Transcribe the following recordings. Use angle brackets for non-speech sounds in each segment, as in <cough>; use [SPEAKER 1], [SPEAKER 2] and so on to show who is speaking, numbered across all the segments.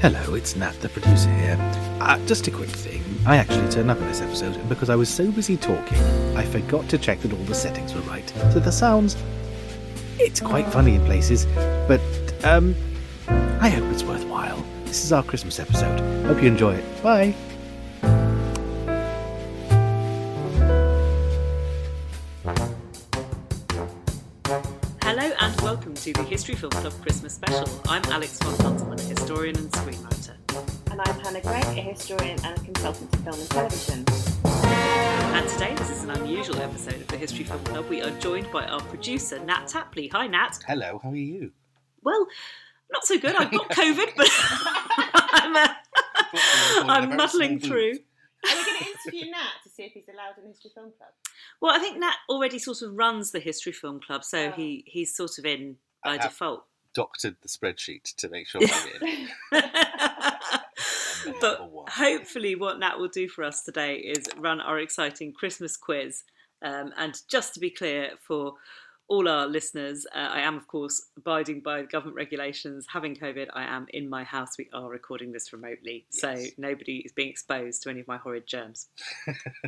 [SPEAKER 1] Hello, it's Nat, the producer here. Uh, just a quick thing. I actually turned up in this episode, and because I was so busy talking, I forgot to check that all the settings were right. So the sounds. It's quite funny in places, but, um, I hope it's worthwhile. This is our Christmas episode. Hope you enjoy it. Bye!
[SPEAKER 2] Hello and welcome to the History Film Club Christmas Special. I'm Alex von Huntelman, a historian and screenwriter.
[SPEAKER 3] And I'm Hannah Gregg, a historian and a consultant to film and television.
[SPEAKER 2] And today, this is an unusual episode of the History Film Club. We are joined by our producer, Nat Tapley. Hi, Nat.
[SPEAKER 1] Hello, how are you?
[SPEAKER 2] Well, not so good. I've got COVID, but <laughs> I'm, uh, I'm muddling through.
[SPEAKER 3] Are we going to interview Nat to see if he's allowed in the History Film Club?
[SPEAKER 2] Well, I think Nat already sort of runs the History Film Club, so
[SPEAKER 3] Oh.
[SPEAKER 2] he, he's sort of in
[SPEAKER 1] I
[SPEAKER 2] by
[SPEAKER 1] have-
[SPEAKER 2] default.
[SPEAKER 1] Doctored the spreadsheet to make
[SPEAKER 2] <laughs>
[SPEAKER 1] sure I did.
[SPEAKER 2] but hopefully, what Nat will do for us today is run our exciting Christmas quiz. Um, and just to be clear for all our listeners, uh, I am, of course, abiding by government regulations. Having COVID, I am in my house. We are recording this remotely, so
[SPEAKER 1] Yes.
[SPEAKER 2] nobody is being exposed to any of my horrid germs.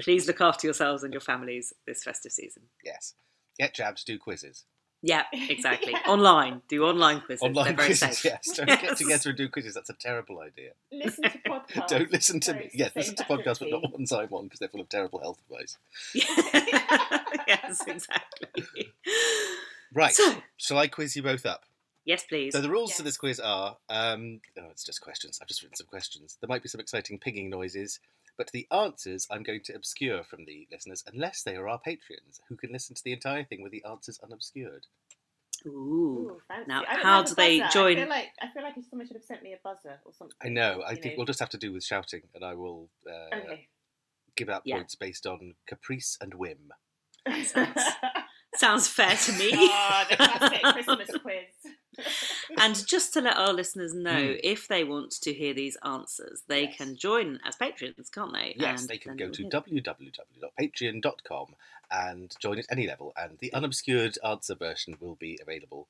[SPEAKER 2] Please look after yourselves and your families this festive season.
[SPEAKER 1] Yes. Get jabs, do quizzes.
[SPEAKER 2] Yeah,
[SPEAKER 1] <laughs>
[SPEAKER 2] exactly. Online, do online quizzes. They're
[SPEAKER 1] Online
[SPEAKER 2] very
[SPEAKER 1] quizzes,
[SPEAKER 2] safe.
[SPEAKER 1] yes. Don't get
[SPEAKER 2] Yes.
[SPEAKER 1] together and do quizzes. That's a terrible idea.
[SPEAKER 3] Listen to
[SPEAKER 1] <laughs>
[SPEAKER 3] podcasts.
[SPEAKER 1] Don't listen to
[SPEAKER 3] Sorry,
[SPEAKER 1] me.
[SPEAKER 3] it's
[SPEAKER 1] Yes,
[SPEAKER 3] the
[SPEAKER 1] listen to
[SPEAKER 3] same
[SPEAKER 1] podcasts, but not
[SPEAKER 3] faculty.
[SPEAKER 1] ones I'm on because they're full of terrible health
[SPEAKER 3] <laughs>
[SPEAKER 1] advice.
[SPEAKER 2] <laughs> yes, exactly.
[SPEAKER 1] Right.
[SPEAKER 2] So,
[SPEAKER 1] Shall I quiz you both up?
[SPEAKER 2] yes, please.
[SPEAKER 1] So the rules to
[SPEAKER 3] Yes.
[SPEAKER 1] this quiz are: um, oh, it's just questions. I've just written some questions. There might be some exciting pinging noises, but the answers I'm going to obscure from the listeners, unless they are our patrons who can listen to the entire thing with the answers unobscured.
[SPEAKER 2] Ooh.
[SPEAKER 3] Ooh, fancy.
[SPEAKER 2] Now,
[SPEAKER 3] I don't
[SPEAKER 2] how
[SPEAKER 3] have a
[SPEAKER 2] do they
[SPEAKER 3] buzzer.
[SPEAKER 2] join-
[SPEAKER 3] I feel like, I feel like if someone should have sent me a buzzer or something.
[SPEAKER 1] I know. I
[SPEAKER 3] you
[SPEAKER 1] think we'll just have to do with shouting, and I will uh,
[SPEAKER 3] Okay.
[SPEAKER 1] give out
[SPEAKER 2] Yeah.
[SPEAKER 1] points based on caprice and whim.
[SPEAKER 2] <laughs> sounds- Sounds fair to
[SPEAKER 3] <laughs>
[SPEAKER 2] me.
[SPEAKER 3] oh, the
[SPEAKER 2] <laughs>
[SPEAKER 3] classic Christmas quiz. <laughs>
[SPEAKER 2] and just to let our listeners know,
[SPEAKER 1] Mm.
[SPEAKER 2] if they want to hear these answers, they
[SPEAKER 1] Yes.
[SPEAKER 2] can join as patrons, can't they?
[SPEAKER 1] Yes,
[SPEAKER 2] And
[SPEAKER 1] they can
[SPEAKER 2] then
[SPEAKER 1] go
[SPEAKER 2] we'll
[SPEAKER 1] to
[SPEAKER 2] hear.
[SPEAKER 1] www.patreon.com and join at any level, and the unobscured answer version will be available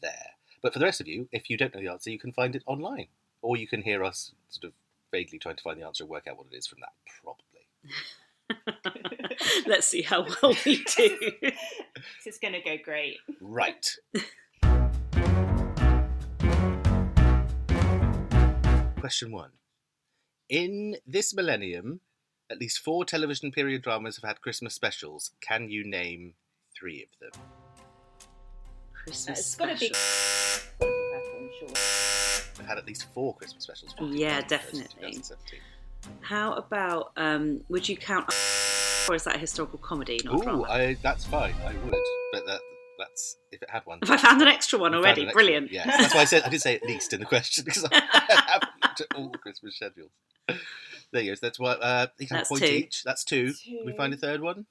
[SPEAKER 1] there. But for the rest of you, if you don't know the answer, you can find it online, or you can hear us sort of vaguely trying to find the answer and work out what it is from that, probably.
[SPEAKER 2] <laughs> Let's see how well
[SPEAKER 3] <laughs>
[SPEAKER 2] we do.
[SPEAKER 3] This is going to go great.
[SPEAKER 1] Right.
[SPEAKER 2] <laughs>
[SPEAKER 1] Question one. In this millennium, at least four television period dramas have had Christmas specials. Can you name three of them?
[SPEAKER 2] Christmas
[SPEAKER 3] it's got to be.
[SPEAKER 2] special.
[SPEAKER 3] I'm sure.
[SPEAKER 1] I've had at least four Christmas specials. 2001,
[SPEAKER 2] Yeah, definitely.
[SPEAKER 1] 2017.
[SPEAKER 2] How about, um, would you count, <laughs> or is that a historical comedy, not a
[SPEAKER 1] Ooh,
[SPEAKER 2] drama?
[SPEAKER 1] I, that's fine. I would, but that, that's if it had one.
[SPEAKER 2] Have I found an extra one
[SPEAKER 1] You found
[SPEAKER 2] already?
[SPEAKER 1] an extra
[SPEAKER 2] Brilliant.
[SPEAKER 1] one, Yes, that's why I said I did say at least in the question because
[SPEAKER 2] <laughs>
[SPEAKER 1] I haven't looked at all the Christmas schedules. There you go. So that's why uh, you can have
[SPEAKER 2] That's
[SPEAKER 1] a point
[SPEAKER 2] two.
[SPEAKER 1] each. That's two.
[SPEAKER 3] Two.
[SPEAKER 1] We find a third one.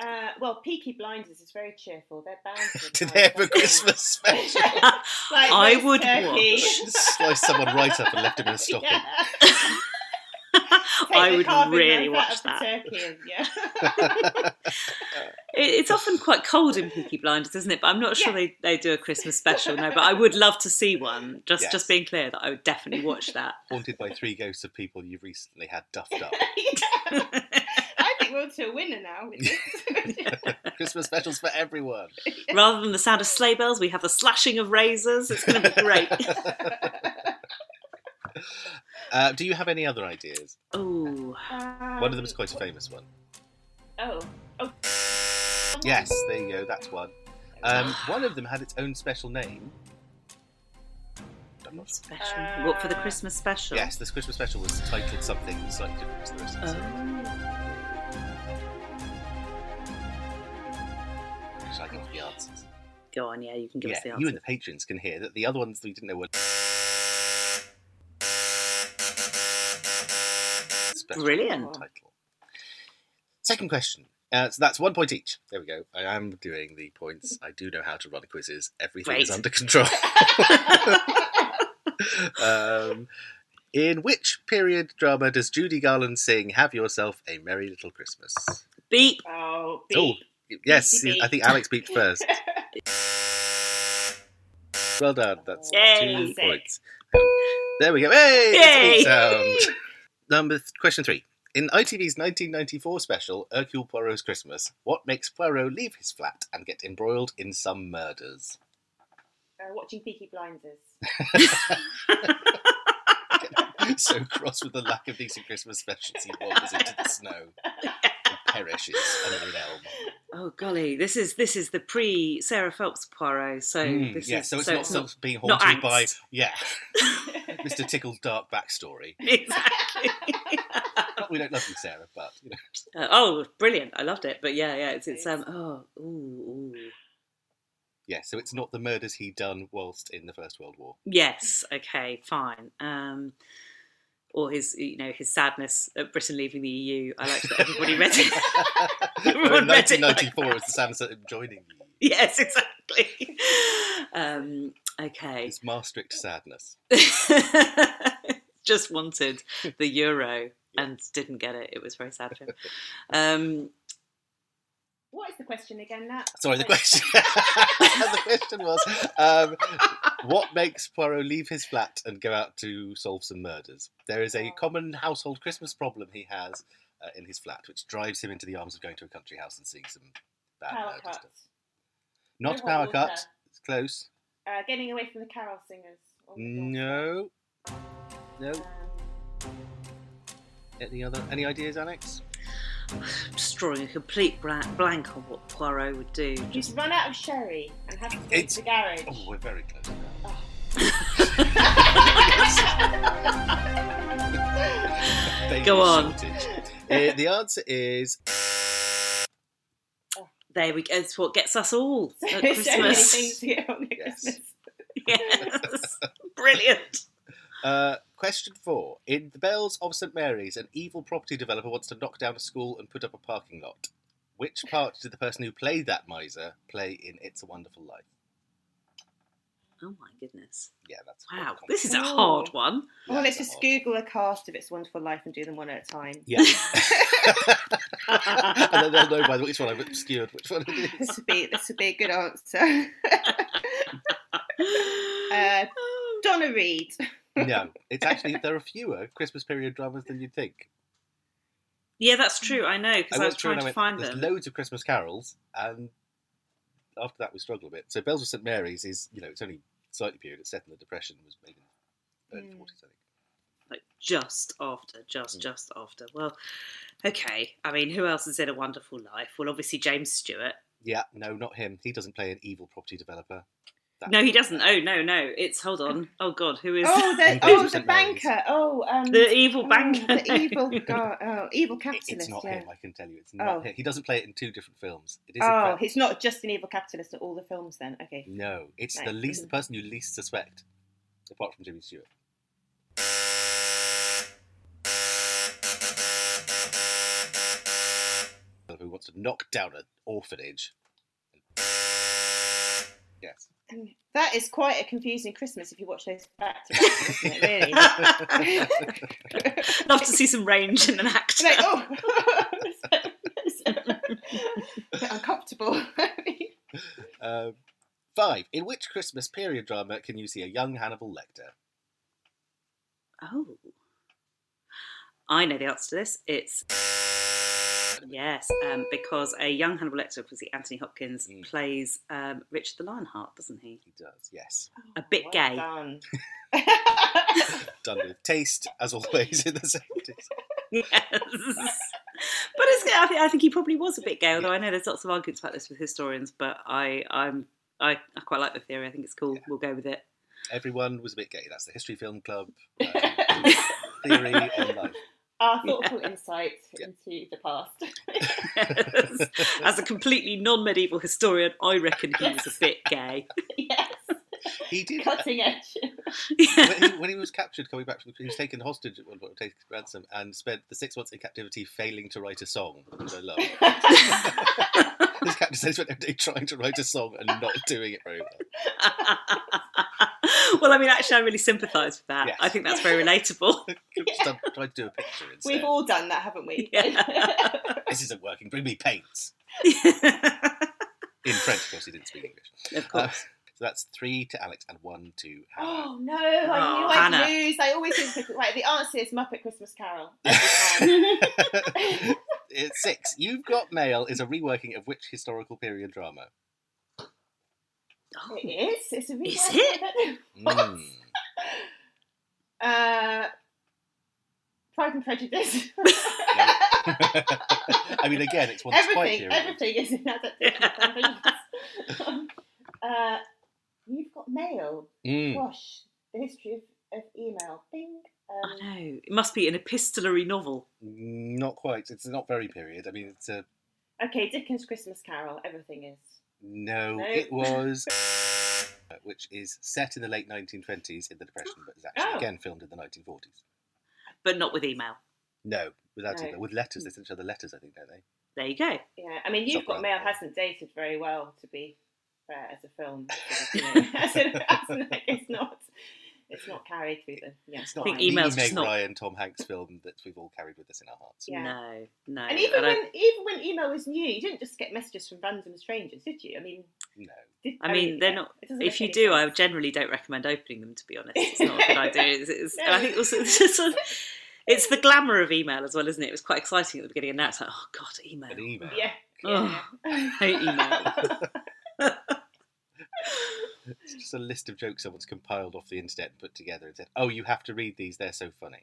[SPEAKER 3] Uh, well, Peaky Blinders is very cheerful. They're bound
[SPEAKER 1] <laughs>
[SPEAKER 3] to.
[SPEAKER 1] Did
[SPEAKER 3] have
[SPEAKER 1] they have a
[SPEAKER 3] fun. <laughs>
[SPEAKER 1] Christmas
[SPEAKER 2] <laughs>
[SPEAKER 1] special?
[SPEAKER 3] Like
[SPEAKER 2] I
[SPEAKER 3] roast
[SPEAKER 1] <laughs>
[SPEAKER 2] would
[SPEAKER 3] turkey.
[SPEAKER 1] Sliced someone right up and left
[SPEAKER 3] <laughs>
[SPEAKER 1] him in a stocking.
[SPEAKER 3] Yeah.
[SPEAKER 2] <laughs>
[SPEAKER 3] Take
[SPEAKER 2] I
[SPEAKER 3] the
[SPEAKER 2] would
[SPEAKER 3] carbon
[SPEAKER 2] really
[SPEAKER 3] knife out
[SPEAKER 2] watch
[SPEAKER 3] of the
[SPEAKER 2] that.
[SPEAKER 3] turkey and- yeah. <laughs>
[SPEAKER 2] It- It's often quite cold in Peaky Blinders, isn't it? But I'm not sure they, they do a Christmas special. No, but
[SPEAKER 1] <laughs>
[SPEAKER 2] I would love to see one. Just
[SPEAKER 1] Yes.
[SPEAKER 2] just being clear that I would definitely
[SPEAKER 1] <laughs>
[SPEAKER 2] watch that.
[SPEAKER 1] Haunted by three ghosts of people you recently had duffed
[SPEAKER 2] <laughs>
[SPEAKER 1] up.
[SPEAKER 3] I think we're to a winner now. With this.
[SPEAKER 2] <laughs>
[SPEAKER 1] Christmas specials for everyone.
[SPEAKER 2] Rather than the sound of sleigh bells, we have the slashing of razors. It's going to
[SPEAKER 1] <laughs>
[SPEAKER 2] be great.
[SPEAKER 1] Uh, do you have any other ideas?
[SPEAKER 2] Oh,
[SPEAKER 1] One of them is quite a famous one.
[SPEAKER 3] Um, Oh. oh.
[SPEAKER 1] Yes, there you go. That's one. Um, one of them had its own special name. I'm not sure.
[SPEAKER 2] special. what for the Christmas special?
[SPEAKER 1] Uh, Yes, this Christmas special was titled something slightly different to the rest of the
[SPEAKER 2] Oh.
[SPEAKER 1] series. Shall I give you the answers?
[SPEAKER 2] Go on, yeah, you can Oh. give
[SPEAKER 1] yeah,
[SPEAKER 2] us the
[SPEAKER 1] you
[SPEAKER 2] answer.
[SPEAKER 1] and the patrons can hear that the other ones we didn't know were. Special
[SPEAKER 2] Brilliant.
[SPEAKER 1] title. Second question. Uh, so that's one point each. There we go. I am doing the points. I do know how to run quizzes. Everything is
[SPEAKER 2] Great.
[SPEAKER 1] under control. um, in which period drama does Judy Garland sing "Have Yourself a Merry Little Christmas"?
[SPEAKER 2] Beep.
[SPEAKER 3] <laughs> Oh,
[SPEAKER 1] Oh,
[SPEAKER 3] beep.
[SPEAKER 1] yes.
[SPEAKER 3] Beep.
[SPEAKER 1] I think Alex beat
[SPEAKER 2] <laughs>
[SPEAKER 1] first. well done. That's two
[SPEAKER 2] Yay.
[SPEAKER 1] points. There we go. Hey!
[SPEAKER 2] Yay!
[SPEAKER 1] That's a good
[SPEAKER 2] <laughs>
[SPEAKER 1] sound. Number th- question three. In ITV's 1994 special, Hercule Poirot's Christmas, what makes Poirot leave his flat and get embroiled in some murders? Oh.
[SPEAKER 3] Uh, watching Peaky
[SPEAKER 1] <laughs>
[SPEAKER 3] Blinders.
[SPEAKER 1] <laughs> so cross with the lack of decent Christmas specials, he wanders into the snow and perishes under an elm.
[SPEAKER 2] Oh golly, this is this is the pre Sarah Phelps Poirot. So
[SPEAKER 1] Mm,
[SPEAKER 2] this
[SPEAKER 1] yeah,
[SPEAKER 2] is
[SPEAKER 1] so it's not sort of being
[SPEAKER 2] not <laughs>
[SPEAKER 1] haunted by
[SPEAKER 2] angst.
[SPEAKER 1] <laughs> yeah, Mr. Tickle's dark backstory.
[SPEAKER 2] exactly.
[SPEAKER 1] Not we don't love you, Sarah, but you know.
[SPEAKER 2] Uh, oh, brilliant! I loved it. But yeah, yeah, it's it's um
[SPEAKER 3] Nice.
[SPEAKER 2] oh ooh, ooh.
[SPEAKER 1] yeah. So it's not the murders he done whilst in the First World
[SPEAKER 2] <laughs>
[SPEAKER 1] War.
[SPEAKER 2] yes, okay, fine. Um, or his you know his sadness at Britain leaving the EU. I liked that everybody read it. <laughs>
[SPEAKER 3] <laughs>
[SPEAKER 1] Well, in
[SPEAKER 2] Everyone read it like
[SPEAKER 1] 1994 was the Samson of joining you.
[SPEAKER 2] Yes, exactly. Um, okay. <laughs>
[SPEAKER 1] It's Maastricht sadness.
[SPEAKER 2] just wanted the euro and didn't get it. It was very sad for him. Um,
[SPEAKER 3] <laughs> What is the question again, Nat?
[SPEAKER 1] Sorry, the question. <laughs> the question was, um, what makes Poirot leave his flat and go out to solve some murders? There is
[SPEAKER 3] Oh.
[SPEAKER 1] a common household Christmas problem he has uh, in his flat, which drives him into the arms of going to a country house and seeing some bad
[SPEAKER 3] Power
[SPEAKER 1] murder
[SPEAKER 3] cut.
[SPEAKER 1] stuff. Not
[SPEAKER 3] No
[SPEAKER 1] power
[SPEAKER 3] hot water.
[SPEAKER 1] cut. It's close.
[SPEAKER 3] Uh, getting away from the carol singers. Oh my
[SPEAKER 1] No. No.
[SPEAKER 3] God. Um,
[SPEAKER 1] Any other? Any ideas, Alex?
[SPEAKER 2] just drawing a complete bla- blank on what Poirot would do.
[SPEAKER 3] He's run out of sherry and has to go
[SPEAKER 1] It's-
[SPEAKER 3] to the garage.
[SPEAKER 1] Oh, we're very
[SPEAKER 3] <laughs>
[SPEAKER 1] close. <laughs> Baby
[SPEAKER 2] Go on.
[SPEAKER 1] shortage. Uh, the answer is
[SPEAKER 2] There we go. It's what gets us all
[SPEAKER 3] <laughs> so
[SPEAKER 2] at
[SPEAKER 3] many things
[SPEAKER 2] Christmas.
[SPEAKER 3] to get on at
[SPEAKER 1] Yes.
[SPEAKER 3] Christmas.
[SPEAKER 2] <laughs> yes. Brilliant.
[SPEAKER 1] uh, question four. In the Bells of St Mary's, an evil property developer wants to knock down a school and put up a parking lot. Which part did the person who played that miser play in It's a Wonderful Life?
[SPEAKER 2] Oh my goodness.
[SPEAKER 1] Yeah, that's quite
[SPEAKER 2] Wow.
[SPEAKER 1] complex.
[SPEAKER 2] This is a
[SPEAKER 3] Ooh.
[SPEAKER 2] hard one.
[SPEAKER 1] Yeah,
[SPEAKER 3] Well, let's
[SPEAKER 1] it's a
[SPEAKER 3] just
[SPEAKER 1] hard-
[SPEAKER 3] Google a cast of It's a Wonderful Life and do them one at a time.
[SPEAKER 1] Yeah. <laughs> and then they'll know by which one I've obscured which one it is.
[SPEAKER 3] <laughs> This would be this would be a good answer. <laughs> Uh, Donna Reed.
[SPEAKER 1] No, it's actually there are fewer Christmas period dramas than you'd think.
[SPEAKER 2] <laughs> yeah, that's true. I know because I, was
[SPEAKER 1] through
[SPEAKER 2] trying
[SPEAKER 1] and
[SPEAKER 2] to
[SPEAKER 1] went,
[SPEAKER 2] find
[SPEAKER 1] There's
[SPEAKER 2] them.
[SPEAKER 1] loads of Christmas carols, and after that we struggle a bit. So Bells of St Mary's is you know it's only slightly period. It's set in the Depression, was made in the early
[SPEAKER 3] Hmm.
[SPEAKER 1] forties, I think.
[SPEAKER 2] like just after, just
[SPEAKER 1] Mm.
[SPEAKER 2] just after. Well, okay. I mean, who else is in a wonderful life? Well, obviously James Stewart.
[SPEAKER 1] Yeah, no, not him. He doesn't play an evil property developer. That-
[SPEAKER 2] No, he doesn't. Oh no, no. It's hold on. Oh God, who is
[SPEAKER 3] Oh, the,
[SPEAKER 1] And
[SPEAKER 3] oh,
[SPEAKER 1] Vincent
[SPEAKER 3] the
[SPEAKER 1] Rose.
[SPEAKER 3] banker. Oh,
[SPEAKER 2] <laughs>
[SPEAKER 3] um,
[SPEAKER 2] the evil
[SPEAKER 3] oh,
[SPEAKER 1] mm,
[SPEAKER 2] banker? <laughs>
[SPEAKER 3] the
[SPEAKER 1] <laughs>
[SPEAKER 3] evil, guy- oh, evil
[SPEAKER 1] It-
[SPEAKER 3] capitalist.
[SPEAKER 1] it's not
[SPEAKER 3] yeah.
[SPEAKER 1] him. I can tell you, it's not
[SPEAKER 3] Oh.
[SPEAKER 1] him. He doesn't play it in two different films. It is in
[SPEAKER 3] Oh,
[SPEAKER 1] fact,
[SPEAKER 3] he's not just an evil capitalist at all the films then. Okay.
[SPEAKER 1] no. It's the
[SPEAKER 3] Right.
[SPEAKER 1] least the person you least suspect, apart from Jimmy Stewart. Who wants to knock down an orphanage? Yes.
[SPEAKER 3] Um, That is quite a confusing Christmas if you watch those back to back, isn't it?
[SPEAKER 1] <laughs>
[SPEAKER 3] Really. <laughs>
[SPEAKER 2] Love to see some range in an actor.
[SPEAKER 3] like, oh, <laughs> It's a bit uncomfortable. <laughs>
[SPEAKER 1] Um, five. In which Christmas period drama can you see a young Hannibal Lecter?
[SPEAKER 2] Oh. I know the answer to this. It's yes, um, because a young Hannibal Lecter, obviously Anthony Hopkins,
[SPEAKER 1] Mm.
[SPEAKER 2] plays um, Richard the Lionheart, doesn't he?
[SPEAKER 1] He does. Yes.
[SPEAKER 2] A bit
[SPEAKER 3] Well
[SPEAKER 2] gay. <laughs>
[SPEAKER 3] done.
[SPEAKER 1] Done with taste, as always in the seventies.
[SPEAKER 2] yes. But it's, I, think, I think he probably was a bit gay, although I know there's lots of arguments about this with historians, but I, I'm, I, I quite like the theory. I think it's cool. We'll go with it. <laughs>
[SPEAKER 1] Everyone was a bit gay. That's the History Film Club <laughs>
[SPEAKER 3] <laughs>
[SPEAKER 1] um, theory on life.
[SPEAKER 3] Our thoughtful insight into the past. <laughs>
[SPEAKER 2] Yes. As a completely non medieval historian, I reckon he was a bit gay. <laughs>
[SPEAKER 3] yes. <laughs>
[SPEAKER 1] He did.
[SPEAKER 3] Cutting edge.
[SPEAKER 1] when, he, when he was captured, coming back from the, he was taken hostage at one point, taken ransom, and spent the six months in captivity failing to write a song, which I love. His captor says he spent every day trying to write a song and not doing it very well.
[SPEAKER 2] <laughs> well, I mean, actually, I really sympathise with that.
[SPEAKER 1] Yes.
[SPEAKER 2] I think that's very
[SPEAKER 1] <laughs>
[SPEAKER 2] relatable. <laughs>
[SPEAKER 1] Could have just done- tried to do a picture instead.
[SPEAKER 3] <laughs> We've all done that, haven't we?
[SPEAKER 2] Yeah.
[SPEAKER 1] This isn't working. Bring me paints. In French, of course. He didn't speak English.
[SPEAKER 2] of
[SPEAKER 1] Uh,
[SPEAKER 2] course.
[SPEAKER 1] So that's three to Alex and one to Hannah.
[SPEAKER 3] <laughs> Oh no! I knew
[SPEAKER 2] Oh,
[SPEAKER 3] I'd
[SPEAKER 2] Hannah.
[SPEAKER 3] lose. I always lose. Christmas- Right, the answer is Muppet Christmas Carol.
[SPEAKER 2] <laughs>
[SPEAKER 3] Every time.
[SPEAKER 1] <laughs> it's six. You've Got Mail is a reworking of which historical period
[SPEAKER 3] <laughs>
[SPEAKER 1] drama?
[SPEAKER 2] Oh,
[SPEAKER 3] it is. It's a
[SPEAKER 2] Is
[SPEAKER 3] rewind,
[SPEAKER 2] it?
[SPEAKER 3] I don't know.
[SPEAKER 1] Mm.
[SPEAKER 3] Uh, Pride
[SPEAKER 2] <laughs>
[SPEAKER 3] and Prejudice. <laughs>
[SPEAKER 1] <laughs> I mean, again, it's one that's quite
[SPEAKER 3] everything,
[SPEAKER 1] period.
[SPEAKER 3] everything
[SPEAKER 2] <laughs>
[SPEAKER 3] is in that. uh, you've got mail.
[SPEAKER 2] Hmm.
[SPEAKER 1] Mm.
[SPEAKER 3] Gosh, the history of, of email. Bing.
[SPEAKER 2] I
[SPEAKER 3] Um,
[SPEAKER 2] know. It must be an epistolary novel.
[SPEAKER 1] Mm, Not quite. It's not very period. I mean, it's a
[SPEAKER 3] okay, Dickens' Christmas Carol. Everything is.
[SPEAKER 1] no.
[SPEAKER 3] No.
[SPEAKER 1] It
[SPEAKER 3] <laughs>
[SPEAKER 1] was, which is set in the late 1920s in the Depression, but is actually
[SPEAKER 3] Oh.
[SPEAKER 1] again filmed in the 1940s.
[SPEAKER 2] but not with email.
[SPEAKER 1] No, without
[SPEAKER 3] No.
[SPEAKER 1] it, with
[SPEAKER 3] Hmm.
[SPEAKER 1] letters. They send each other letters, I think, don't they?
[SPEAKER 2] There you go.
[SPEAKER 3] Yeah, I mean, you've
[SPEAKER 1] Top
[SPEAKER 3] got mail
[SPEAKER 1] Gun.
[SPEAKER 3] hasn't dated very well, to be fair, as a
[SPEAKER 1] <laughs>
[SPEAKER 3] film. <laughs> you know, as in- as in, like, it's not. It's not carried through the yeah.
[SPEAKER 1] It's not
[SPEAKER 2] think
[SPEAKER 1] like
[SPEAKER 2] email's
[SPEAKER 1] the Meg
[SPEAKER 2] just not-
[SPEAKER 1] Ryan, Tom Hanks film that we've all carried with us in our hearts.
[SPEAKER 3] Yeah.
[SPEAKER 2] No, no.
[SPEAKER 3] And even
[SPEAKER 2] And I-
[SPEAKER 3] when even when email was new, you didn't just get messages from random strangers, did you? I mean,
[SPEAKER 1] No.
[SPEAKER 3] did,
[SPEAKER 2] I mean, they're
[SPEAKER 3] yeah,
[SPEAKER 2] not-
[SPEAKER 3] it doesn't
[SPEAKER 2] if
[SPEAKER 3] make
[SPEAKER 2] you
[SPEAKER 3] any
[SPEAKER 2] do, I
[SPEAKER 3] sense.
[SPEAKER 2] generally don't recommend opening them. To be honest, it's not
[SPEAKER 3] <laughs>
[SPEAKER 2] a good idea. It's, it's, and I think also <laughs> it's, just sort of- it's the glamour of email as well, isn't it? It was quite exciting at the beginning, and now it's like, oh god, email.
[SPEAKER 1] An email.
[SPEAKER 3] Yeah.
[SPEAKER 2] Ugh.
[SPEAKER 3] yeah.
[SPEAKER 2] I hate
[SPEAKER 3] <laughs>
[SPEAKER 2] email.
[SPEAKER 1] It's just a list of jokes someone's compiled off the internet and put together and said, "Oh, you have to read these. They're so
[SPEAKER 3] <laughs>
[SPEAKER 1] funny."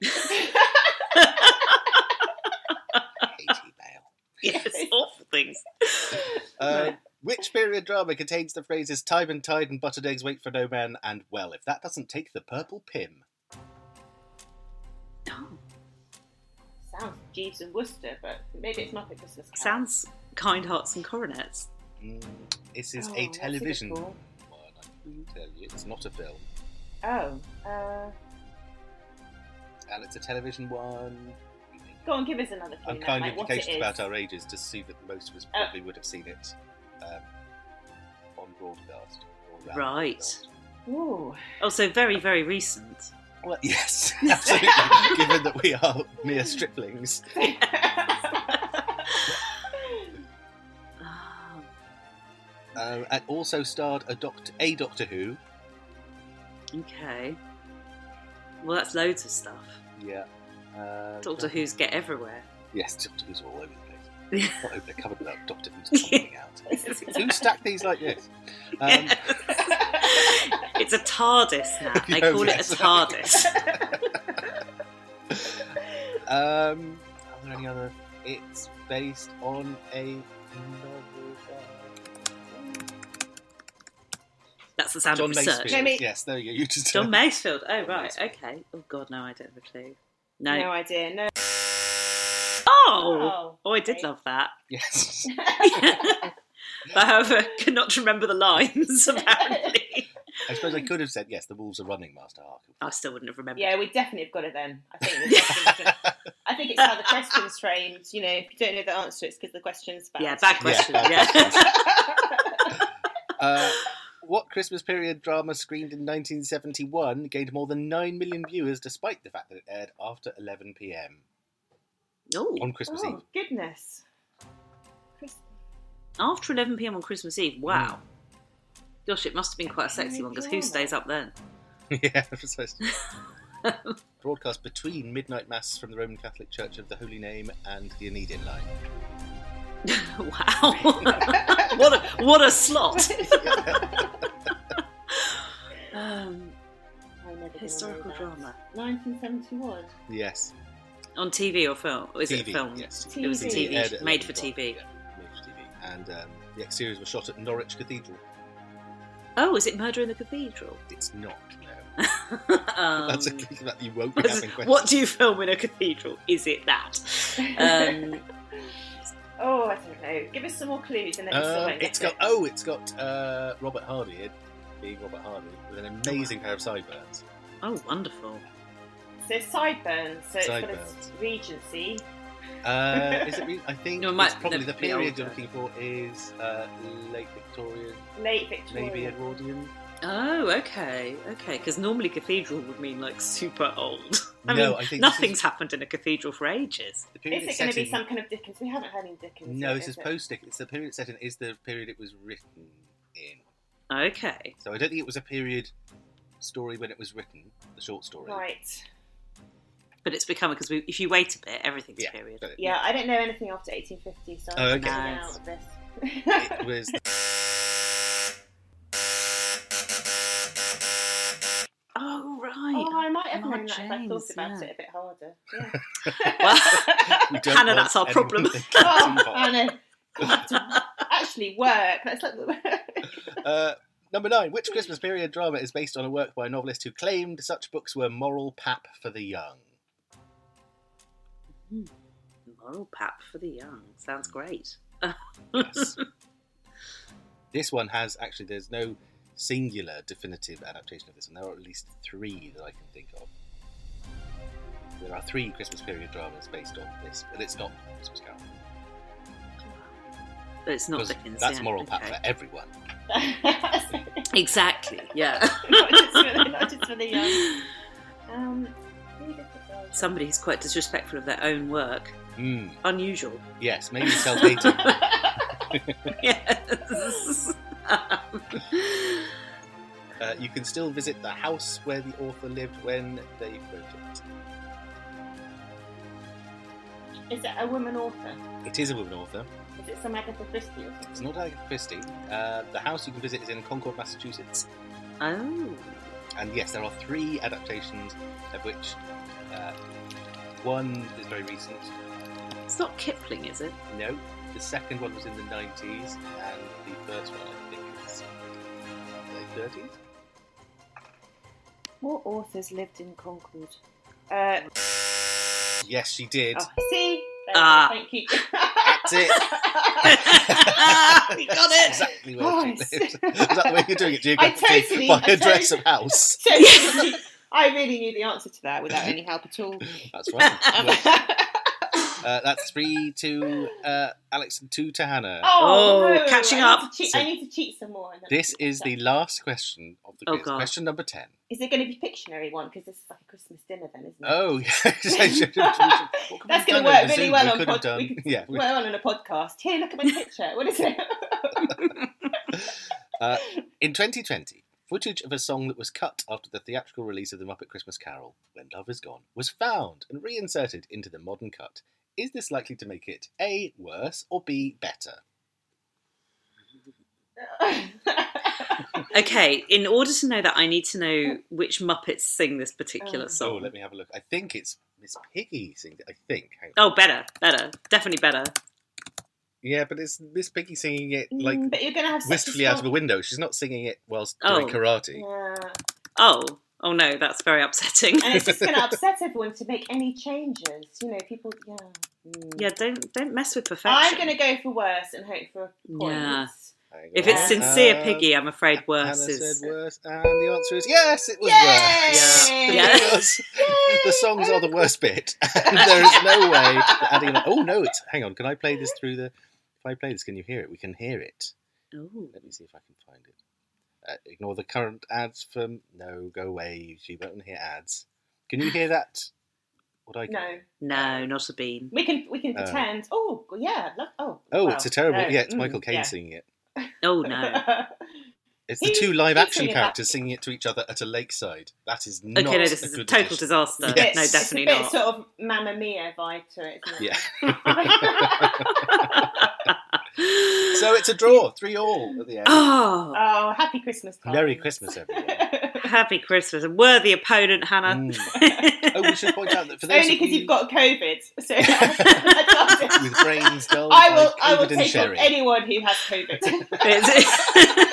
[SPEAKER 1] I hate email.
[SPEAKER 2] yes, <laughs> awful things.
[SPEAKER 1] Uh,
[SPEAKER 2] Right.
[SPEAKER 1] which period drama contains the phrases "time and tide" and "buttered eggs wait for no man" and "well, if that doesn't take the purple pim"?
[SPEAKER 2] Oh,
[SPEAKER 3] Sounds Jeeves and Worcester, but maybe it's Muppet Christmas. Carol.
[SPEAKER 2] sounds kind hearts and coronets.
[SPEAKER 1] Mm, this is a
[SPEAKER 3] Oh, that's good
[SPEAKER 1] television
[SPEAKER 3] call.
[SPEAKER 1] one. I can tell you, it's not a film,
[SPEAKER 3] Oh, uh,
[SPEAKER 1] and it's a television one.
[SPEAKER 3] go on, give us another. clue
[SPEAKER 1] I'm
[SPEAKER 3] now,
[SPEAKER 1] kind
[SPEAKER 3] like
[SPEAKER 1] of
[SPEAKER 3] what
[SPEAKER 1] located
[SPEAKER 3] it
[SPEAKER 1] about
[SPEAKER 3] is.
[SPEAKER 1] our ages to see that most of us probably would have seen it um, on broadcast. or around
[SPEAKER 2] Right.
[SPEAKER 1] broadcast.
[SPEAKER 3] Ooh.
[SPEAKER 2] Also, very very recent.
[SPEAKER 1] Well, <laughs> yes, absolutely. Given that we are mere striplings.
[SPEAKER 3] <laughs>
[SPEAKER 2] Oh,
[SPEAKER 1] Um, and also starred a Doctor, a Doctor Who.
[SPEAKER 2] okay. Well, that's loads of stuff.
[SPEAKER 1] Yeah. Uh,
[SPEAKER 2] Doctor Who's get everywhere. <laughs>
[SPEAKER 1] Yes, Doctor Who's all over the place.
[SPEAKER 2] Yeah.
[SPEAKER 1] Not open a cupboard without Doctor
[SPEAKER 2] <laughs>
[SPEAKER 1] Who's coming out. Who stacked these like this? Um,
[SPEAKER 2] it's a TARDIS now. They
[SPEAKER 1] Yeah,
[SPEAKER 2] call it
[SPEAKER 1] yes.
[SPEAKER 2] a TARDIS.
[SPEAKER 1] um, are there any other? It's based on a novel.
[SPEAKER 2] That's the sound
[SPEAKER 1] John
[SPEAKER 2] of research.
[SPEAKER 1] Masefield.
[SPEAKER 3] Jamie-
[SPEAKER 1] Yes, there you go. You just <laughs>
[SPEAKER 2] John Masefield. Oh
[SPEAKER 1] John
[SPEAKER 2] right,
[SPEAKER 1] Masefield.
[SPEAKER 2] okay. Oh god, no, I don't have a clue. No.
[SPEAKER 3] no idea. No.
[SPEAKER 2] Oh, oh, I did
[SPEAKER 3] okay.
[SPEAKER 2] love that. <laughs>
[SPEAKER 1] Yes.
[SPEAKER 2] but however, cannot remember the lines. <laughs> Apparently,
[SPEAKER 1] I suppose I could have said yes. The wolves are running, Master Harker.
[SPEAKER 2] I still wouldn't have remembered.
[SPEAKER 3] Yeah, we definitely have got it then. I think. the
[SPEAKER 2] <laughs>
[SPEAKER 3] questions- I think it's how the questions framed. You know, if you don't know the answer, it's because the questions. Bad.
[SPEAKER 2] Yeah,
[SPEAKER 3] <laughs>
[SPEAKER 2] bad question.
[SPEAKER 1] bad
[SPEAKER 2] Yeah.
[SPEAKER 1] <laughs> Uh, what Christmas period drama screened in 1971 gained more than 9 million viewers despite the fact that it aired after 11 pm
[SPEAKER 2] Oh,
[SPEAKER 1] on Christmas
[SPEAKER 3] Oh
[SPEAKER 1] Eve?
[SPEAKER 3] goodness.
[SPEAKER 2] <laughs>
[SPEAKER 3] Chris-
[SPEAKER 2] after 11 p.m. on Christmas Eve. Wow.
[SPEAKER 1] Hmm.
[SPEAKER 2] Gosh, it must have been quite a sexy one because who stays up then? <laughs>
[SPEAKER 1] <laughs> yeah, precisely. Broadcast between midnight mass from the Roman Catholic Church of the Holy Name and the Anedian
[SPEAKER 2] <laughs>
[SPEAKER 1] Line.
[SPEAKER 2] wow. <laughs> what a what
[SPEAKER 1] <laughs>
[SPEAKER 2] a slot. um,
[SPEAKER 3] I'm
[SPEAKER 1] Oh,
[SPEAKER 3] never gonna
[SPEAKER 2] historical
[SPEAKER 3] know that.
[SPEAKER 2] drama
[SPEAKER 3] 1971.
[SPEAKER 1] Yes.
[SPEAKER 2] on TV or film? Or is it
[SPEAKER 1] TV,
[SPEAKER 2] film?
[SPEAKER 1] Yes.
[SPEAKER 3] It was a TV,
[SPEAKER 1] aired at
[SPEAKER 2] made for
[SPEAKER 1] 11 o'clock,
[SPEAKER 2] TV.
[SPEAKER 1] yeah, made for TV. And um, the exteriors were shot at Norwich Cathedral.
[SPEAKER 2] Oh, is it Murder in the Cathedral? <laughs>
[SPEAKER 1] It's not, no. <laughs>
[SPEAKER 2] um,
[SPEAKER 1] That's a clue that you <laughs> won't be
[SPEAKER 2] what's-
[SPEAKER 1] having questions.
[SPEAKER 2] what do you film in a cathedral? Is it that?
[SPEAKER 1] <laughs>
[SPEAKER 3] <laughs>
[SPEAKER 2] Um,
[SPEAKER 3] Oh, I don't know. Give us some more clues and then you still
[SPEAKER 1] Um,
[SPEAKER 3] won't get
[SPEAKER 1] it's got
[SPEAKER 3] it.
[SPEAKER 1] oh, it's got uh, Robert Hardy in, being Robert Hardy with an amazing pair of sideburns.
[SPEAKER 2] oh, wonderful.
[SPEAKER 3] So it's sideburns. So it's got
[SPEAKER 1] Sideburns.
[SPEAKER 3] its regency.
[SPEAKER 1] Uh, is it? Re- I think
[SPEAKER 2] <laughs> No, it might
[SPEAKER 1] it's probably
[SPEAKER 2] be
[SPEAKER 1] the period
[SPEAKER 2] older.
[SPEAKER 1] you're looking for is uh, late Victorian,
[SPEAKER 3] Late Victorian.
[SPEAKER 1] maybe Edwardian.
[SPEAKER 2] Oh, okay, okay. Because normally cathedral would mean like super old. I
[SPEAKER 1] no,
[SPEAKER 2] mean,
[SPEAKER 1] I think this
[SPEAKER 2] nothing's
[SPEAKER 1] is,
[SPEAKER 2] happened in a cathedral for ages.
[SPEAKER 1] the period
[SPEAKER 3] Is
[SPEAKER 1] it's
[SPEAKER 3] it going to
[SPEAKER 1] set
[SPEAKER 3] be
[SPEAKER 1] in-
[SPEAKER 3] some kind of Dickens? We haven't heard any Dickens.
[SPEAKER 1] No,
[SPEAKER 3] yet,
[SPEAKER 1] this
[SPEAKER 3] is
[SPEAKER 1] is
[SPEAKER 3] it?
[SPEAKER 1] post It's the period it's set in. Is the period it was written in?
[SPEAKER 2] Okay.
[SPEAKER 1] So I don't think it was a period story when it was written, the short story.
[SPEAKER 3] Right.
[SPEAKER 2] But it's become because if you wait a bit, everything's
[SPEAKER 1] Yeah.
[SPEAKER 2] period.
[SPEAKER 1] but it-
[SPEAKER 3] Yeah, I don't know anything after 1850, so
[SPEAKER 1] Oh,
[SPEAKER 3] I'm
[SPEAKER 1] okay.
[SPEAKER 3] out of
[SPEAKER 1] It
[SPEAKER 3] this.
[SPEAKER 1] was
[SPEAKER 2] Oh right.
[SPEAKER 3] <laughs> oh, I might have known that if I
[SPEAKER 2] James,
[SPEAKER 3] thought about
[SPEAKER 2] yeah.
[SPEAKER 3] it a bit harder.
[SPEAKER 1] <laughs> we
[SPEAKER 2] <laughs>
[SPEAKER 3] Yeah.
[SPEAKER 1] don't
[SPEAKER 2] Hannah,
[SPEAKER 1] want
[SPEAKER 2] that's our
[SPEAKER 1] anyone
[SPEAKER 2] problem.
[SPEAKER 1] thinking
[SPEAKER 2] <laughs>
[SPEAKER 1] it's
[SPEAKER 3] oh,
[SPEAKER 1] involved.
[SPEAKER 3] Anna. God, actually, work. Let's let the
[SPEAKER 1] Uh, number nine. Which Christmas period drama is based on a work by a novelist who claimed such books were moral pap for the young?
[SPEAKER 2] Moral pap for the young. Sounds great. <laughs>
[SPEAKER 1] Yes. this one has actually. There's no singular definitive adaptation of this one. There are at least three that I can think of. There are three Christmas period dramas based on this, but it's not Christmas Carol.
[SPEAKER 2] But it's not
[SPEAKER 1] Because
[SPEAKER 2] Dickens.
[SPEAKER 1] that's
[SPEAKER 2] yeah,
[SPEAKER 1] moral pap
[SPEAKER 2] okay.
[SPEAKER 1] for everyone.
[SPEAKER 2] Exactly. Yeah.
[SPEAKER 3] <laughs>
[SPEAKER 2] <laughs>
[SPEAKER 3] not just for the, not just for the young. Um, who did the girl?
[SPEAKER 2] Somebody who's quite disrespectful of their own work.
[SPEAKER 1] Hmm.
[SPEAKER 2] Unusual. <laughs>
[SPEAKER 1] yes, maybe self-hating.
[SPEAKER 2] yes. <laughs>
[SPEAKER 1] Uh, you can still visit the house where the author lived when they wrote it.
[SPEAKER 3] <laughs> Is it a woman author?
[SPEAKER 1] It is a woman author.
[SPEAKER 3] Is it some Agatha Christie or
[SPEAKER 1] It's
[SPEAKER 3] something?
[SPEAKER 1] not Agatha Christie. Uh, the house you can visit is in Concord, Massachusetts.
[SPEAKER 2] oh.
[SPEAKER 1] And yes, there are three adaptations, of which uh, one is very recent.
[SPEAKER 2] It's not Kipling, is it?
[SPEAKER 1] No, the second one was in the 90s, and the first one I think is late 30s.
[SPEAKER 3] What authors lived in Concord? Uh,
[SPEAKER 1] Yes, she did.
[SPEAKER 3] oh, see? There,
[SPEAKER 2] Ah.
[SPEAKER 3] Thank you.
[SPEAKER 1] That's
[SPEAKER 3] <laughs>
[SPEAKER 1] <laughs>
[SPEAKER 3] it.
[SPEAKER 2] we got
[SPEAKER 1] That's
[SPEAKER 2] it.
[SPEAKER 1] Exactly where
[SPEAKER 3] Nice.
[SPEAKER 1] she lived. Is that the way you're
[SPEAKER 3] <laughs>
[SPEAKER 1] doing it? Geographically
[SPEAKER 3] totally-
[SPEAKER 1] by
[SPEAKER 3] I
[SPEAKER 1] <laughs> address
[SPEAKER 3] totally-
[SPEAKER 1] of house.
[SPEAKER 3] So, I really knew the answer to that without any help
[SPEAKER 1] <laughs>
[SPEAKER 3] at all.
[SPEAKER 1] That's right.
[SPEAKER 3] <laughs>
[SPEAKER 1] Well, uh, that's three to uh, Alex and two to Hannah.
[SPEAKER 2] Oh, catching
[SPEAKER 3] I need
[SPEAKER 2] up.
[SPEAKER 3] to cheat- I need to cheat some more. and then-
[SPEAKER 1] This is the last question of the
[SPEAKER 2] Oh,
[SPEAKER 1] quiz.
[SPEAKER 2] God.
[SPEAKER 1] question number ten.
[SPEAKER 3] Is it going to be Pictionary one? Because this is like a Christmas dinner, then, isn't it? <laughs>
[SPEAKER 1] Oh, <laughs> yeah.
[SPEAKER 3] That's going to work really well on
[SPEAKER 1] could
[SPEAKER 3] pod-
[SPEAKER 1] have done.
[SPEAKER 3] we
[SPEAKER 1] <laughs>
[SPEAKER 3] could- <laughs>
[SPEAKER 1] Yeah. we-
[SPEAKER 3] well on a podcast. Here, look at my picture. What is it?
[SPEAKER 1] <laughs> Uh, in 2020, footage of a song that was cut after the theatrical release of The Muppet Christmas Carol, When Love Is Gone, was found and reinserted into the modern cut. Is this likely to make it A, worse, or B, better?
[SPEAKER 2] Okay, in order to know that, I need to know which Muppets sing this particular
[SPEAKER 3] Oh.
[SPEAKER 1] So
[SPEAKER 2] song.
[SPEAKER 1] let me have a look. I think it's Miss Piggy singing it, I think. Hang on.
[SPEAKER 2] Oh, better, better, definitely better.
[SPEAKER 1] Yeah, but it's Miss Piggy singing it like
[SPEAKER 3] Mm, <laughs> but you're going to have such a
[SPEAKER 1] wistfully out of a
[SPEAKER 3] strong-
[SPEAKER 1] window. She's not singing it whilst
[SPEAKER 2] Oh.
[SPEAKER 1] doing karate.
[SPEAKER 3] Yeah.
[SPEAKER 2] Oh, oh no, that's very upsetting. <laughs>
[SPEAKER 3] and it's just going to upset everyone to make any changes. You know, people. Yeah. Mm.
[SPEAKER 2] Yeah, don't don't mess with perfection.
[SPEAKER 3] I'm going to go for worse and hope for a point.
[SPEAKER 2] Yeah.
[SPEAKER 1] Hang
[SPEAKER 2] If
[SPEAKER 3] Yeah.
[SPEAKER 2] it's
[SPEAKER 1] on.
[SPEAKER 2] sincere,
[SPEAKER 1] Uh,
[SPEAKER 2] Piggy, I'm afraid
[SPEAKER 1] Hannah
[SPEAKER 2] worse
[SPEAKER 1] said
[SPEAKER 2] is.
[SPEAKER 1] worse, and the answer is yes. It was
[SPEAKER 3] Yay!
[SPEAKER 1] worse. <laughs>
[SPEAKER 2] Yeah.
[SPEAKER 3] Yay!
[SPEAKER 2] Yeah.
[SPEAKER 1] Because the songs are the worst bit, <laughs>
[SPEAKER 2] <laughs>
[SPEAKER 1] and there is no way that adding. An, oh no! It's hang on. Can I play this through the? If I play this, can you hear it? We can hear it.
[SPEAKER 2] Oh,
[SPEAKER 1] Let me see if I can find it. Uh, ignore the current ads from. No, go away, YouTube. I don't hear ads. Can you hear that? What I
[SPEAKER 3] <laughs> No,
[SPEAKER 2] no, not a bean.
[SPEAKER 3] we can we can
[SPEAKER 1] Oh.
[SPEAKER 3] pretend. Oh yeah, lo- oh.
[SPEAKER 1] Oh,
[SPEAKER 3] wow.
[SPEAKER 1] it's a terrible.
[SPEAKER 3] No,
[SPEAKER 1] Yeah, it's
[SPEAKER 3] mm,
[SPEAKER 1] Michael Caine
[SPEAKER 3] yeah.
[SPEAKER 1] singing it.
[SPEAKER 2] Oh
[SPEAKER 3] <laughs>
[SPEAKER 2] no.
[SPEAKER 1] It's the
[SPEAKER 3] He-
[SPEAKER 1] two live
[SPEAKER 3] he's
[SPEAKER 1] action
[SPEAKER 3] singing about-
[SPEAKER 1] characters singing it to each other at a lakeside. That is not.
[SPEAKER 2] Okay, no, this
[SPEAKER 1] a
[SPEAKER 2] is a
[SPEAKER 1] good
[SPEAKER 2] total
[SPEAKER 1] addition.
[SPEAKER 2] disaster.
[SPEAKER 1] Yes.
[SPEAKER 2] No,
[SPEAKER 1] It's a
[SPEAKER 3] <laughs>
[SPEAKER 2] definitely
[SPEAKER 3] it's a bit
[SPEAKER 2] <laughs> not.
[SPEAKER 3] sort of Mamma Mia vibe to it. Isn't it?
[SPEAKER 1] Yeah.
[SPEAKER 2] so
[SPEAKER 1] <laughs> So it's a draw, three all at the end.
[SPEAKER 2] Oh,
[SPEAKER 3] <laughs> Oh, happy Christmas! Time.
[SPEAKER 1] Merry
[SPEAKER 3] <laughs>
[SPEAKER 1] Christmas, everyone.
[SPEAKER 2] happy Christmas! A worthy opponent, Hannah.
[SPEAKER 1] Mm.
[SPEAKER 2] <laughs>
[SPEAKER 1] Oh, we should point out that for those
[SPEAKER 3] Only
[SPEAKER 1] of
[SPEAKER 3] because
[SPEAKER 1] you
[SPEAKER 3] you've got COVID.
[SPEAKER 1] <laughs>
[SPEAKER 3] So <laughs> I can't-
[SPEAKER 1] with
[SPEAKER 3] <laughs>
[SPEAKER 1] brains dulled
[SPEAKER 3] I will.
[SPEAKER 1] by
[SPEAKER 3] I will
[SPEAKER 1] Oh, COVID and
[SPEAKER 3] take on
[SPEAKER 1] sherry.
[SPEAKER 3] anyone who has COVID. <laughs>
[SPEAKER 2] It's-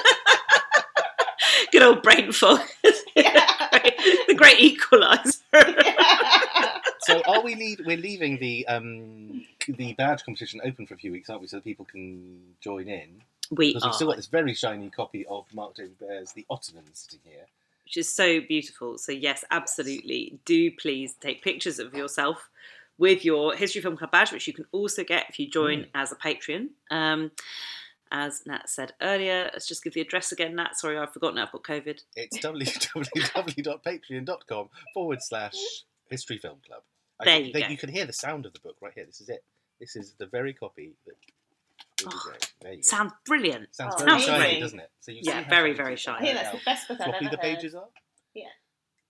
[SPEAKER 2] <laughs> Good old brain fog. <laughs> the great equaliser.
[SPEAKER 1] So are we? Leave, we're leaving the um, the badge competition open for a few weeks, aren't we? So that people can join in
[SPEAKER 2] We
[SPEAKER 1] because
[SPEAKER 2] are,
[SPEAKER 1] we've still got this very shiny copy of Mark David Bear's The Ottoman sitting here.
[SPEAKER 2] which is so beautiful. So yes, absolutely. Do please take pictures of yourself with your History Film Club badge, which you can also get if you join as a Patreon. Um, as Nat said earlier, let's just give the address again, Nat. Sorry, I've forgotten. I've got COVID.
[SPEAKER 1] It's <laughs> www.patreon.com forward slash History Film Club. I
[SPEAKER 2] There
[SPEAKER 1] can-
[SPEAKER 2] you
[SPEAKER 1] they-
[SPEAKER 2] go.
[SPEAKER 1] You can hear the sound of the book right here. This is it. This is the very copy that Would you
[SPEAKER 2] Oh,
[SPEAKER 1] go? There you go.
[SPEAKER 2] Sounds brilliant.
[SPEAKER 1] Sounds
[SPEAKER 3] Oh,
[SPEAKER 1] very
[SPEAKER 3] amazing.
[SPEAKER 1] shiny, doesn't it? So you see
[SPEAKER 2] Yeah,
[SPEAKER 1] how
[SPEAKER 2] very,
[SPEAKER 1] shiny it
[SPEAKER 2] very
[SPEAKER 1] is.
[SPEAKER 3] <laughs> I
[SPEAKER 2] shiny.
[SPEAKER 3] hear
[SPEAKER 1] Now,
[SPEAKER 3] that's the best book I've
[SPEAKER 1] floppy
[SPEAKER 3] ever
[SPEAKER 1] the pages
[SPEAKER 3] heard.
[SPEAKER 1] are.
[SPEAKER 3] Yeah.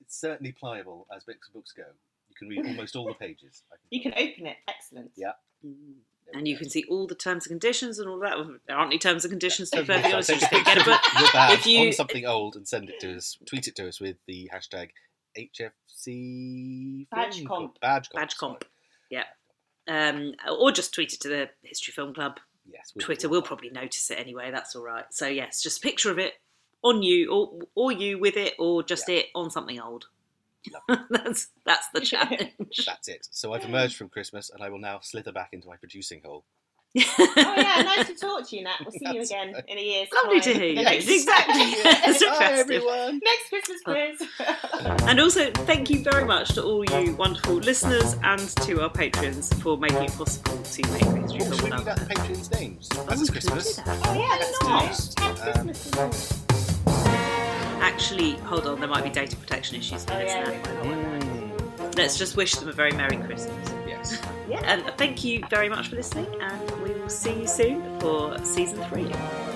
[SPEAKER 1] It's certainly pliable as books books go. You can
[SPEAKER 2] <laughs>
[SPEAKER 1] read almost all the pages. I
[SPEAKER 3] You
[SPEAKER 1] tell
[SPEAKER 3] can open it. Excellent.
[SPEAKER 1] Yeah. There
[SPEAKER 2] And
[SPEAKER 1] we
[SPEAKER 2] you
[SPEAKER 1] go.
[SPEAKER 2] can see all the terms and conditions and all that. Well, There aren't any terms
[SPEAKER 1] <laughs>
[SPEAKER 2] and conditions, to be
[SPEAKER 1] Send
[SPEAKER 2] perfectly
[SPEAKER 1] us-
[SPEAKER 2] honest.
[SPEAKER 1] send
[SPEAKER 2] You just
[SPEAKER 1] us
[SPEAKER 2] go get a book.
[SPEAKER 1] your badge
[SPEAKER 2] If you-
[SPEAKER 1] on something old and send it to us. Tweet it to us with the hashtag HFC
[SPEAKER 3] Badge
[SPEAKER 1] film
[SPEAKER 3] comp.
[SPEAKER 1] club. Badge comp.
[SPEAKER 2] Badge comp.
[SPEAKER 1] sorry.
[SPEAKER 2] Um, or just tweet it to the History Film Club
[SPEAKER 1] Yes.
[SPEAKER 2] Twitter. We'll probably notice it anyway. That's all right. So, yes, just a picture of it on you or, or you with it or just it on something old. <laughs> that's that's the challenge.
[SPEAKER 1] That's it. So I've emerged from Christmas and I will now slither back into my producing hole.
[SPEAKER 3] Oh yeah, nice to talk to you, Nat. We'll see you
[SPEAKER 1] That's
[SPEAKER 3] again
[SPEAKER 1] right.
[SPEAKER 3] in a year's
[SPEAKER 2] <laughs> Lovely
[SPEAKER 3] time.
[SPEAKER 2] to hear you.
[SPEAKER 3] The next-
[SPEAKER 2] Exactly. <laughs> It's so
[SPEAKER 1] Bye,
[SPEAKER 2] festive.
[SPEAKER 1] everyone.
[SPEAKER 3] Next Christmas quiz. <laughs>
[SPEAKER 2] And also, thank you very much to all you wonderful listeners and to our patrons for making it possible to make the
[SPEAKER 1] Oh,
[SPEAKER 2] History
[SPEAKER 1] should we
[SPEAKER 2] Film
[SPEAKER 1] read
[SPEAKER 2] Club.
[SPEAKER 1] out the patrons' names? This is
[SPEAKER 2] we could do
[SPEAKER 1] Christmas.
[SPEAKER 2] that.
[SPEAKER 3] Oh yeah,
[SPEAKER 1] Let's do this.
[SPEAKER 3] it's nice. Have
[SPEAKER 1] Um,
[SPEAKER 3] Christmas with us.
[SPEAKER 2] Actually, hold on, there might be data protection issues for
[SPEAKER 3] Oh,
[SPEAKER 2] this
[SPEAKER 3] yeah,
[SPEAKER 2] now.
[SPEAKER 3] we-
[SPEAKER 1] Mm,
[SPEAKER 2] Let's just wish them a very Merry Christmas.
[SPEAKER 1] Yes.
[SPEAKER 2] And thank you very much for listening, and we will see you soon for season three.
[SPEAKER 3] Bye.